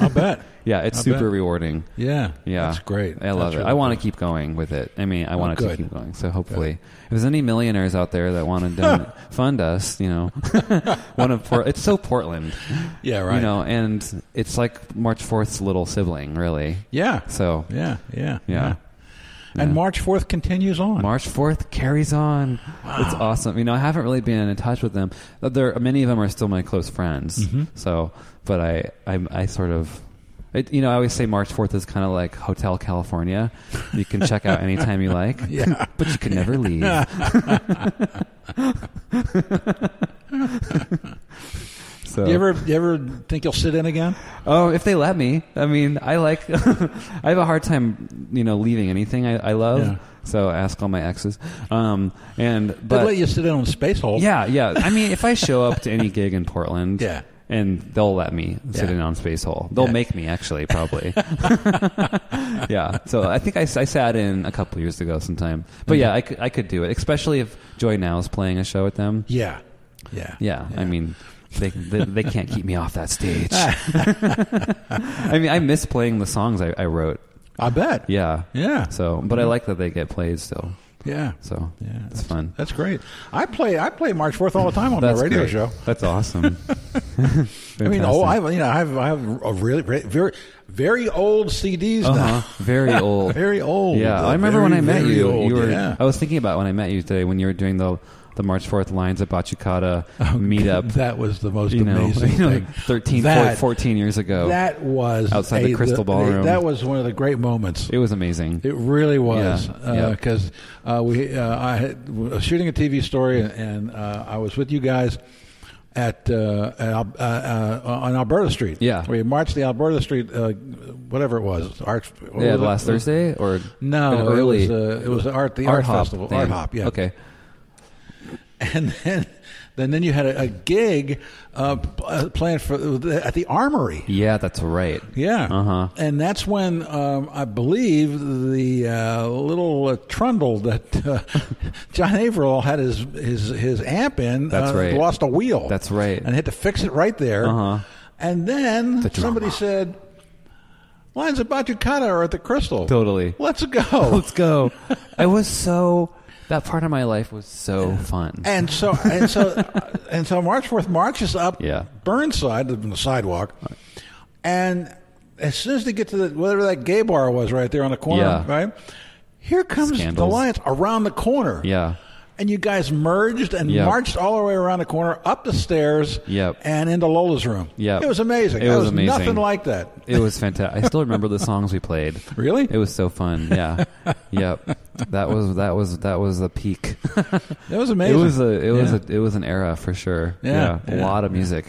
I'll bet.
Yeah, it's
I
super
bet.
rewarding.
Yeah.
Yeah,
That's great.
I love
That's
it.
really
I want to
cool. Oh,
keep going with it. I mean, I want it to
good.
keep going. So hopefully, if there's any millionaires out there that want to don- fund us, you know, one of Port- it's so Portland,
Yeah, right.
you know, and it's like March 4th's little sibling, really.
yeah.
So
Yeah, yeah.
Yeah.
And
Yeah.
March 4th continues on.
March 4th carries on. It's awesome. You know, I haven't really been in touch with them. There, many of them are still my close friends.
Mm-hmm.
So, but I, I, I sort of, it, you know, I always say March 4th is kind of like Hotel California. You can check out anytime you like,
Yeah.
but you can never leave. so,
Do you ever, you ever think you'll sit in again?
oh, if they let me, I mean, I like, I have a hard time, you know, leaving anything I, I love.
Yeah.
So ask all my exes. Um, and,
They'd
but
let you sit in on Space Hole.
Yeah, yeah. I mean, if I show up to any gig in Portland,
Yeah.
and they'll let me sit
Yeah.
in on Space Hole. They'll
Yeah.
make me actually probably. yeah. So I think I, s- I sat in a couple years ago sometime, but
Mm-hmm.
yeah, I could I could do it, especially if Joy Now is playing a show with them.
Yeah. Yeah.
Yeah, I mean. They, they they can't keep me off that stage. I mean, I miss playing the songs I, I wrote.
I bet.
Yeah,
Yeah.
So, but I like that they get played still.
Yeah.
So,
Yeah, that's-
it's fun.
That's great. I play I play March Fourth all the time on
That's
my radio
great.
show.
That's awesome.
I mean, oh,
Fantastic.
I have you know I have I have a really great- very very old CDs
Uh-huh. Very
now,
old.
very old.
Yeah,
Uh,
I remember
very,
when I met
very
you.
old,
you were.
yeah.
I was thinking about when I met you today when you were doing the the March Fourth Lions at Bachicata meetup.
That was the most
you know,
Oh, amazing
you know,
thing.
13,
That-
14 years ago.
That was
Outside the Crystal Ballroom.
That was one of the great moments.
it was amazing.
It really was
Yeah,
because
yeah.
uh, we uh, I had, was shooting a TV story and uh, I was with you guys at, uh, at Al- uh, uh, on Alberta Street.
Yeah.
we marched the Alberta Street, uh, whatever it was. Arch, what
yeah,
was it?
last Thursday or
No,
or early
it was uh, it was the art the art,
Art Hop
festival
thing.
art hop. Yeah,
Okay.
and then. Then, then you had a, a gig uh, p- uh, planned for at the Armory.
Yeah, that's right.
Yeah.
Uh-huh.
And that's when um, I believe the uh, little uh, trundle that uh, John Averill had his his his amp in
That's
uh,
right.
lost a wheel.
That's right.
And had to fix it right there.
Uh-huh.
And then
The
somebody
drama.
said, "Lines of Batucata are at the Crystal."
Totally.
Let's go.
Let's go. I was so. That part of my life was so fun.
And so and so and so March Fourth marches up
Yeah.
Burnside on the sidewalk, and as soon as they get to the whatever that gay bar was right there on the corner,
Yeah.
right here comes the
Scandals.
Lions around the corner.
Yeah.
and you guys merged and
Yep.
marched all the way around the corner, up the stairs,
Yep.
and into Lola's room.
Yep.
it was amazing.
It
That
was amazing.
nothing like that.
It was fantastic. I still remember the songs we played.
Really?
It was so fun. Yeah. yep. That was that was that was the peak.
It was
it
amazing.
was a it was
Yeah.
a, it was an era for sure.
Yeah,
A
yeah.
lot of music.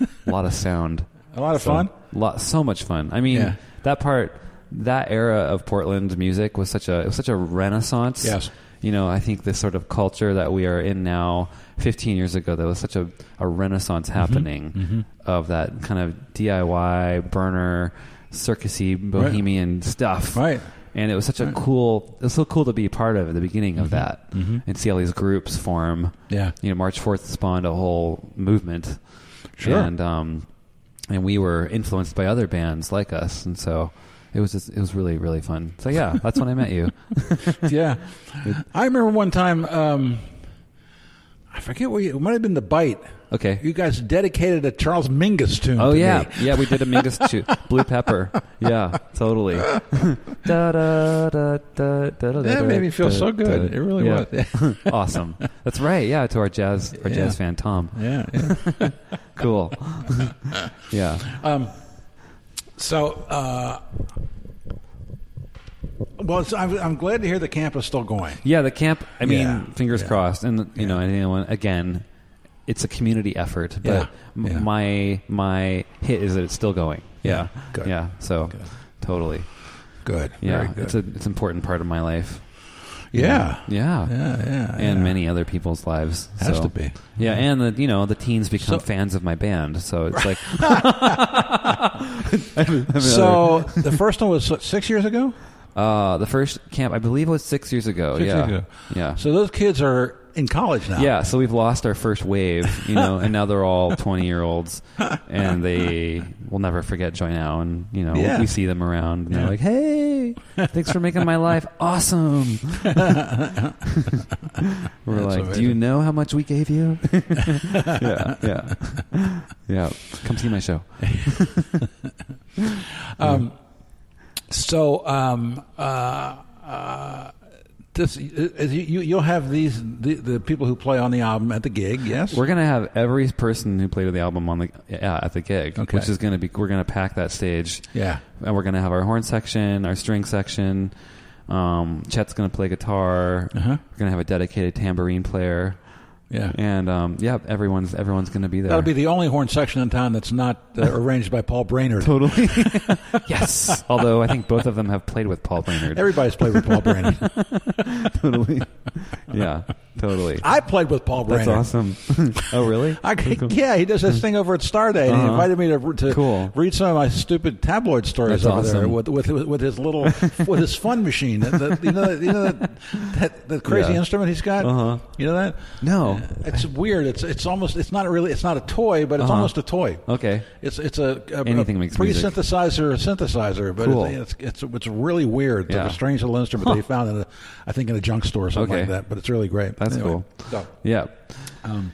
a lot of sound.
A lot of fun?
Lot so much fun. I mean,
Yeah.
that part that era of Portland music was such a it was such a renaissance.
Yes.
You know, I think this sort of culture that we are in now, 15 years ago, there was such a, a renaissance
Mm-hmm.
happening of that kind of DIY, burner, circusy, bohemian stuff.
Right. Mm-hmm.
And it was such a cool, it was so cool to be part of at the beginning of that and see all these groups form.
Yeah.
You know, March 4th spawned a whole movement.
Sure.
And, um, and we were influenced by other bands like us, and so it was just, it was really really fun. So yeah, that's when I met you.
yeah. I remember one time, um, I forget where you, it might have been the Bite.
Okay.
You guys dedicated a Charles Mingus tune.
Oh
to
yeah,
me.
yeah. We did a Mingus shoot, Blue Pepper. Yeah, totally. da, da, da, da, da, da,
That made me feel so good. It really
was awesome. That's right. Yeah, to our jazz, our
Yeah.
jazz fan Tom.
yeah. yeah.
Cool. yeah.
Um, so, uh, well, it's, I'm, I'm glad to hear the camp is still going.
Yeah, the camp. I mean,
Yeah,
fingers
yeah.
crossed, and you know, anyone again, it's a community effort. But
Yeah,
m-
yeah.
my my hit is that it's still going. Yeah,
Yeah, good,
yeah. So totally,
Good.
yeah.
Very good.
It's a it's an important part of my life.
yeah. Yeah.
Yeah,
Yeah.
and
yeah.
many other people's lives.
Has
so.
to be.
Yeah, and the you know the teens become
So-
fans of my band, so it's like
So the first one was what, six years ago.
uh, the first camp I believe was six years ago.
Six
yeah,
years ago.
yeah.
So those kids are in college now.
Yeah, so we've lost our first wave, you know, and now they're all 20 year olds and they will never forget Joy Now. And, you know,
Yeah.
we see them around and
Yeah.
they're like, hey, thanks for making my life awesome. We're
That's
like, do you
amazing.
know how much we gave you? yeah, yeah. Yeah, come see my show.
Um, so um, uh, uh, this is, you, you'll have these the, the people who play on the album at the gig. Yes.
We're gonna have every person who played the album on the yeah, at the gig,
Okay.
which is gonna be we're gonna pack that stage.
yeah.
and we're gonna have our horn section, our string section. Um, Chet's gonna play guitar.
Uh-huh.
We're gonna have a dedicated tambourine player,
Yeah.
and um, yeah, everyone's everyone's gonna be there.
That'll be the only horn section in town that's not uh, arranged by Paul Brainerd.
totally yes. Although I think both of them have played with Paul Brainerd.
Everybody's played with Paul Brainerd.
totally, yeah, totally.
I played with Paul
That's
Ah, Brainerd.
awesome. oh really?
I, Yeah, he does this thing over at Stardate. He
Uh-huh.
invited me to, to
Cool.
read some of my stupid tabloid stories
That's
over there
awesome.
with, with with his little with his fun machine. That- that- you know, you know that, that, that crazy
Yeah.
instrument he's got.
Uh-huh.
You know that?
No.
It's weird. It's it's almost it's not really it's not a toy, but it's
Uh-huh.
almost a toy.
Okay.
It's it's a, a
Anything
a
makes music.
pre-synthesizer synthesizer, but
Cool.
it's, it's it's it's really weird.
Yeah.
It's a strange little instrument that he found in a, I think in a junk store or something
Okay.
like that. But it's really great.
That's cool.
so-
Yeah.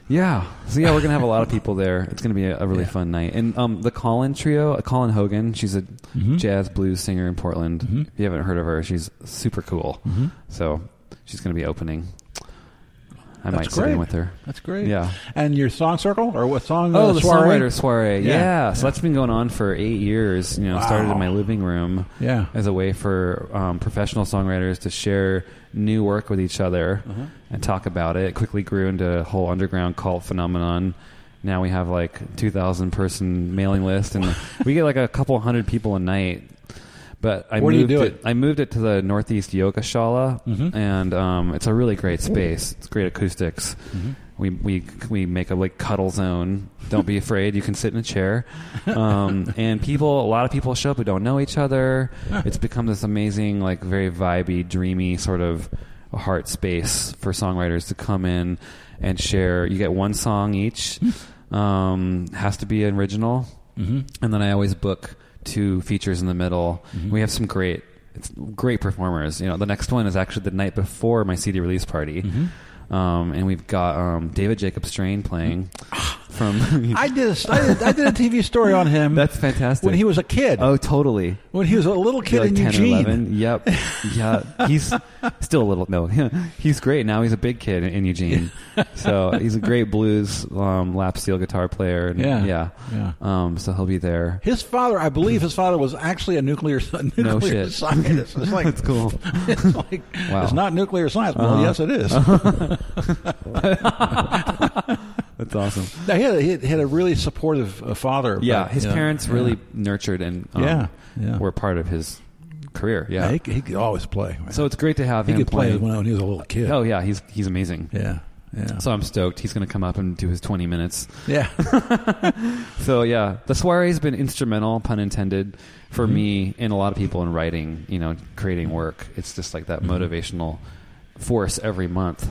yeah. So yeah, we're gonna have a lot of people there. It's gonna be a, a really
Um, Yeah.
fun night. And um, the Colin trio, uh, Colin Hogan, she's a
Mm-hmm.
jazz blues singer in Portland. If you haven't heard of her, she's super cool.
Mm-hmm.
So she's gonna be opening. I might
That's
sit
great.
in with her.
That's great.
Yeah.
And your song circle or what song?
Oh,
uh,
the
soiree?
songwriter soiree. Yeah.
Yeah.
So that's been going on for eight years. You know, it started
Wow.
in my living room.
Yeah.
As a way for um, professional songwriters to share new work with each other
Uh-huh.
and talk about it. It quickly grew into a whole underground cult phenomenon. Now we have like 2,000 person mailing list and we get like a couple hundred people a night. But I
Where do you
moved
do Mm-hmm.
it. I moved it to the Northeast Yoga Shala, and um, it's a really great space. It's great acoustics.
Mm-hmm.
We, we we make a like cuddle zone. Don't be afraid. You can sit in a chair, um, and people. A lot of people show up who don't know each other. It's become this amazing, like very vibey, dreamy sort of heart space for songwriters to come in and share. You get one song each. Um, has to be an original and then I always book two features in the middle. We have some great, it's great performers. You know, the next one is actually the night before my CD release party,
Mm-hmm.
um, and we've got um, David Jacob Strain playing from.
I did, a, I did. I did a TV story on him.
That's fantastic.
when he was a kid.
oh, totally.
When he was a little kid
You're like
in
10
Eugene.
or 11. Yep. Yeah. He's still a little, no, he's great. Now he's a big kid in Eugene. So he's a great blues um, lap steel guitar player. And,
Yeah.
Yeah.
Yeah.
Um, so he'll be there.
His father, I believe, his father was actually a nuclear, a nuclear
shit.
scientist. It's like
That's cool.
It's like
Wow.
it's not nuclear science. Well,
Uh-huh.
yes, it is.
That's awesome.
Now, he, had a, he had a really supportive uh, father.
Yeah,
but,
his
you know,
parents
yeah.
really nurtured and um,
Yeah, yeah.
were part of his career.
Yeah,
Yeah,
he, could- he could always play. man.
so it's great to have
he
him
could play
play.
when, when he was a little kid.
Oh yeah, he's he's amazing.
yeah, yeah,
So I'm stoked. He's going to come up and do his 20 minutes.
yeah.
So yeah, the soiree's been instrumental, pun intended, for me and a lot of people in
Mm-hmm.
writing. You know, creating work. It's just like that motivational force every month.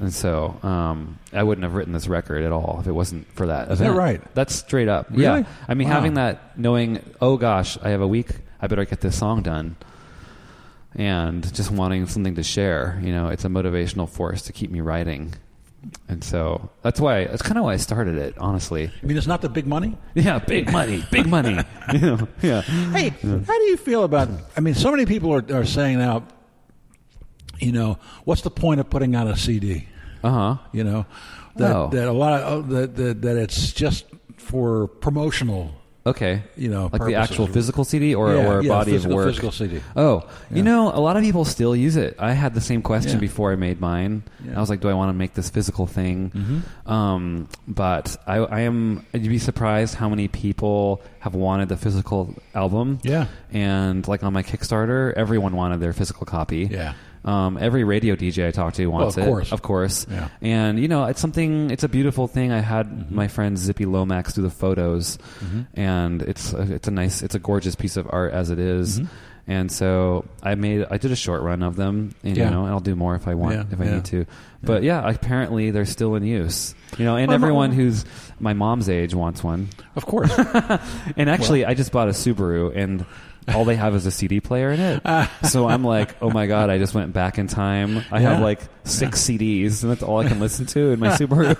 And so um, I wouldn't have written this record at all if it wasn't for that.
that
event.
right?
That's straight up.
Really?
Yeah. I mean,
Wow.
having that, knowing, oh gosh, I have a week. I better get this song done. And just wanting something to share. You know, it's a motivational force to keep me writing. And so that's why, that's kind of why I started it, honestly.
I mean, it's not the big money.
Yeah, big money, big money. you know, yeah.
Hey, how do you feel about? I mean, so many people are, are saying now. You know, what's the point of putting out a CD?
Uh huh.
You know, that
Oh.
that a lot of oh, that, that that it's just for promotional.
Okay.
You know,
like the
purposes.
actual physical CD or,
Yeah,
or a
yeah,
body
physical-
of work.
physical CD.
Oh, you know, a lot of people still use it. I had the same question
Yeah.
before I made mine.
Yeah. Mm-hmm.
I was like, do I want to make this physical thing? Um, but I, I am. You'd be surprised how many people have wanted the physical album.
Yeah.
And like on my Kickstarter, everyone wanted their physical copy.
Yeah.
Um, every radio DJ I talk to wants
of
it.
course.
Of course.
Yeah. Mm-hmm.
And you know, it's something. It's a beautiful thing. I had my friend Zippy Lomax do the photos, and it's a, it's a nice, it's a gorgeous piece of art as it is.
Mm-hmm.
And so I made, I did a short run of them, and,
Yeah.
you know, and I'll do more if I want,
Yeah,
if I
yeah.
need to. But yeah. apparently they're still in use. You know, and
My mom-
everyone who's my mom's age wants one.
Of course.
And actually, I just bought a Subaru, and all they have is a CD player in it.
Ah.
so I'm like, oh my god, I just went back in time. I
Yeah.
have like six CDs, and that's all I can listen to in my Subaru.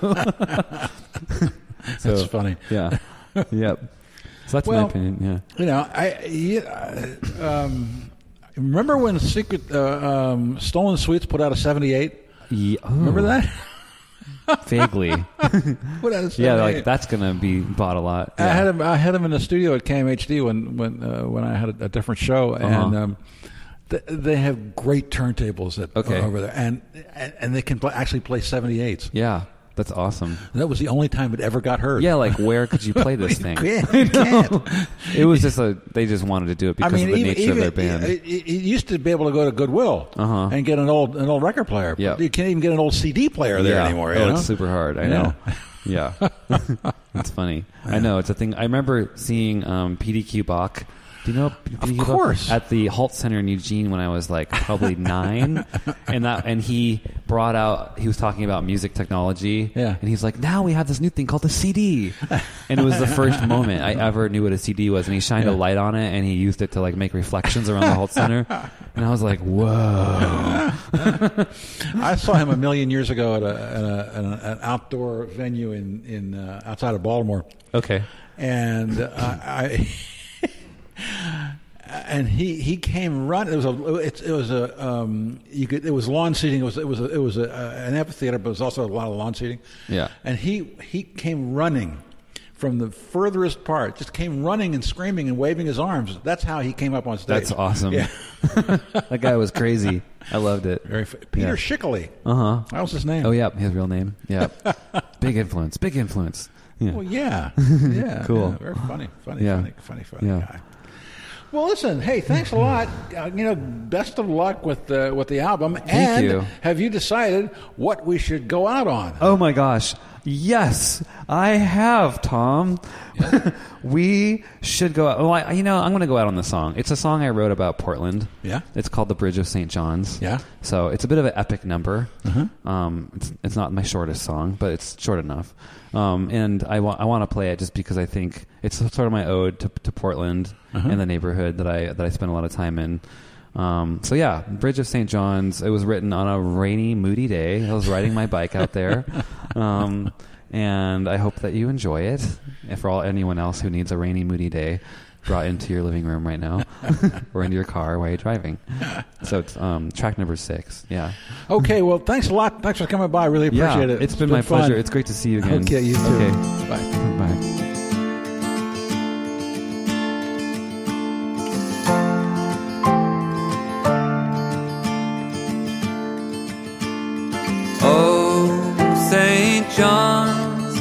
so,
That's funny.
Yeah. Yep. So that's
Well-
my opinion. Yeah.
You know, I yeah, um, remember when Secret uh, um, Stolen Sweets put out a '78.
Ye- oh,
Remember that?
Vaguely.
Put out a 78.
yeah, like that's gonna be bought a lot.
I
Yeah.
had him. I had him in the studio at KMHD when when uh, when I had a, a different show, and
Uh-huh.
um, th- they have great turntables that
Okay.
over there, and and, and they can pl- actually play seventy eights.
yeah. That's awesome.
That was the only time it ever got heard.
Yeah, like where could you play this thing?
Yeah, you can't.
It was just a they just wanted to do it
I
because
mean,
of the
even,
nature
even
of their band.
It, it- it used to be able to go to Goodwill
Uh-huh.
and get an old an old record player.
Yeah.
you can't even get an old CD player there anymore.
Oh,
you know?
it's super hard. I know. Yeah, it's funny. I know it's a thing. I remember seeing um, PDQ Bach. Do you know? PDQ Bach?
course.
at the Halt Center in Eugene when I was like probably nine, and that and he brought out. He was talking about music technology.
Yeah.
and he's like, now we have this new thing called the CD, and it was the first moment I ever knew what a CD was. And he shined a light on it, and he used it to like make reflections around the Halt Center, and I was like, whoa.
I saw him a million years ago at, a, at, a, at a- an outdoor venue in in uh, outside of Baltimore.
Okay.
and uh, I and he he came run. It was a it, it was a um you could it was lawn seating. It was it was a, it was a, uh, an amphitheater, but it was also a lot of lawn seating.
Yeah.
and he he came running. From the furthest part, just came running and screaming and waving his arms. That's how he came up on stage.
That's awesome.
Yeah,
that guy was crazy. I loved it.
very. F- Peter Shickley.
Uh huh.
That was his name.
Oh yeah, his real name. Yeah. big influence. Big influence. Yeah.
Well, yeah, yeah,
Cool.
yeah. very funny, funny,
Yeah.
funny, funny, funny
Yeah.
guy. Well, listen, hey, thanks a lot. Uh, you know, best of luck with the with the album. and
you.
have you decided what we should go out on?
Oh my gosh. Yes, I have, Tom. we should go out. Well, I, you know, I'm going to go out on the song. It's a song I wrote about Portland.
Yeah.
It's called The Bridge of St. John's.
Yeah.
So it's a bit of an epic number. Um, it's, it's not my shortest song, but it's short enough. Um, and I, wa- I want to play it just because I think it's sort of my ode to, to Portland and the neighborhood that I, that I spend a lot of time in. Um, so yeah, Bridge of St. John's. It was written on a rainy, moody day. I was riding my bike out there. Um, and I hope that you enjoy it. And for all anyone else who needs a rainy, moody day brought into your living room right now or into your car while you're driving. So it's um, track number six. Yeah.
Mm-hmm. Okay, well, thanks a lot. Thanks for coming by. I really appreciate
yeah.
it.
It's been, my
fun.
pleasure. It's great to see you again.
okay, you too.
Okay.
Bye.
Bye.
Oh, St. John's,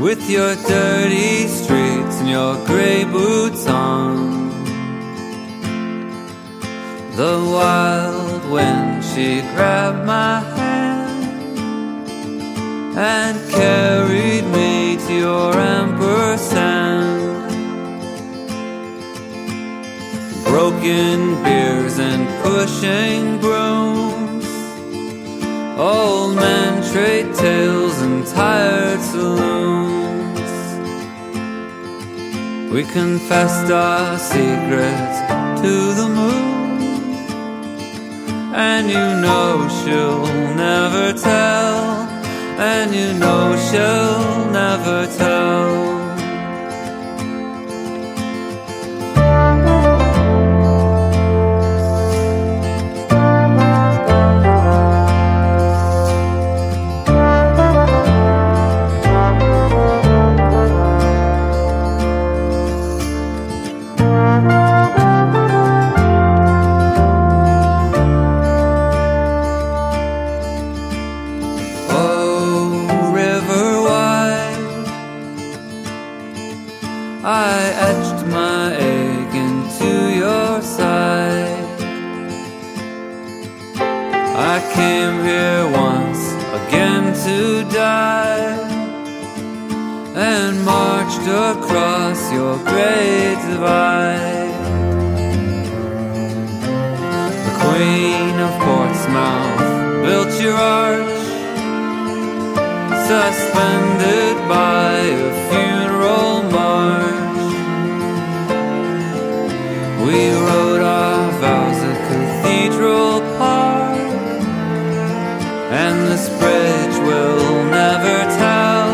with your dirty streets and your gray boots on. The wild wind, she grabbed my hand and carried me to your ampersand. Broken beers and pushing brooms
Old men trade tales in tired saloons. We confessed our secrets to the moon. And you know she'll never tell. And you know she'll never tell. Oh, river wide, I etched my egg into your side. I came here once again to die and marched across your great divide. The Queen of Portsmouth built your arch suspended by a funeral march. We wrote our vows at Cathedral Park, and this bridge will never tell.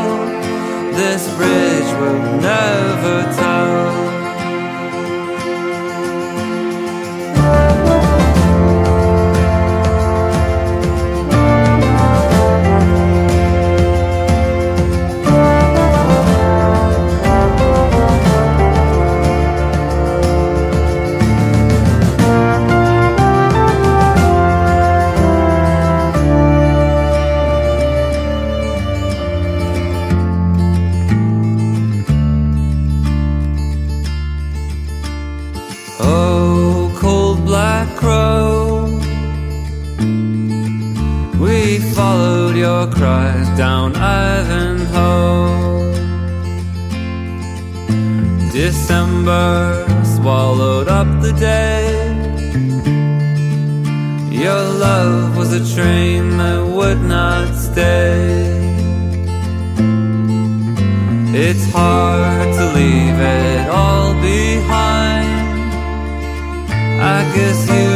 This bridge will never tell. Oh, cold black crow, we followed your cries down Ivanhoe. December swallowed up the day. Your love was a train that would not stay. It's hard to leave it all behind. I guess you oh,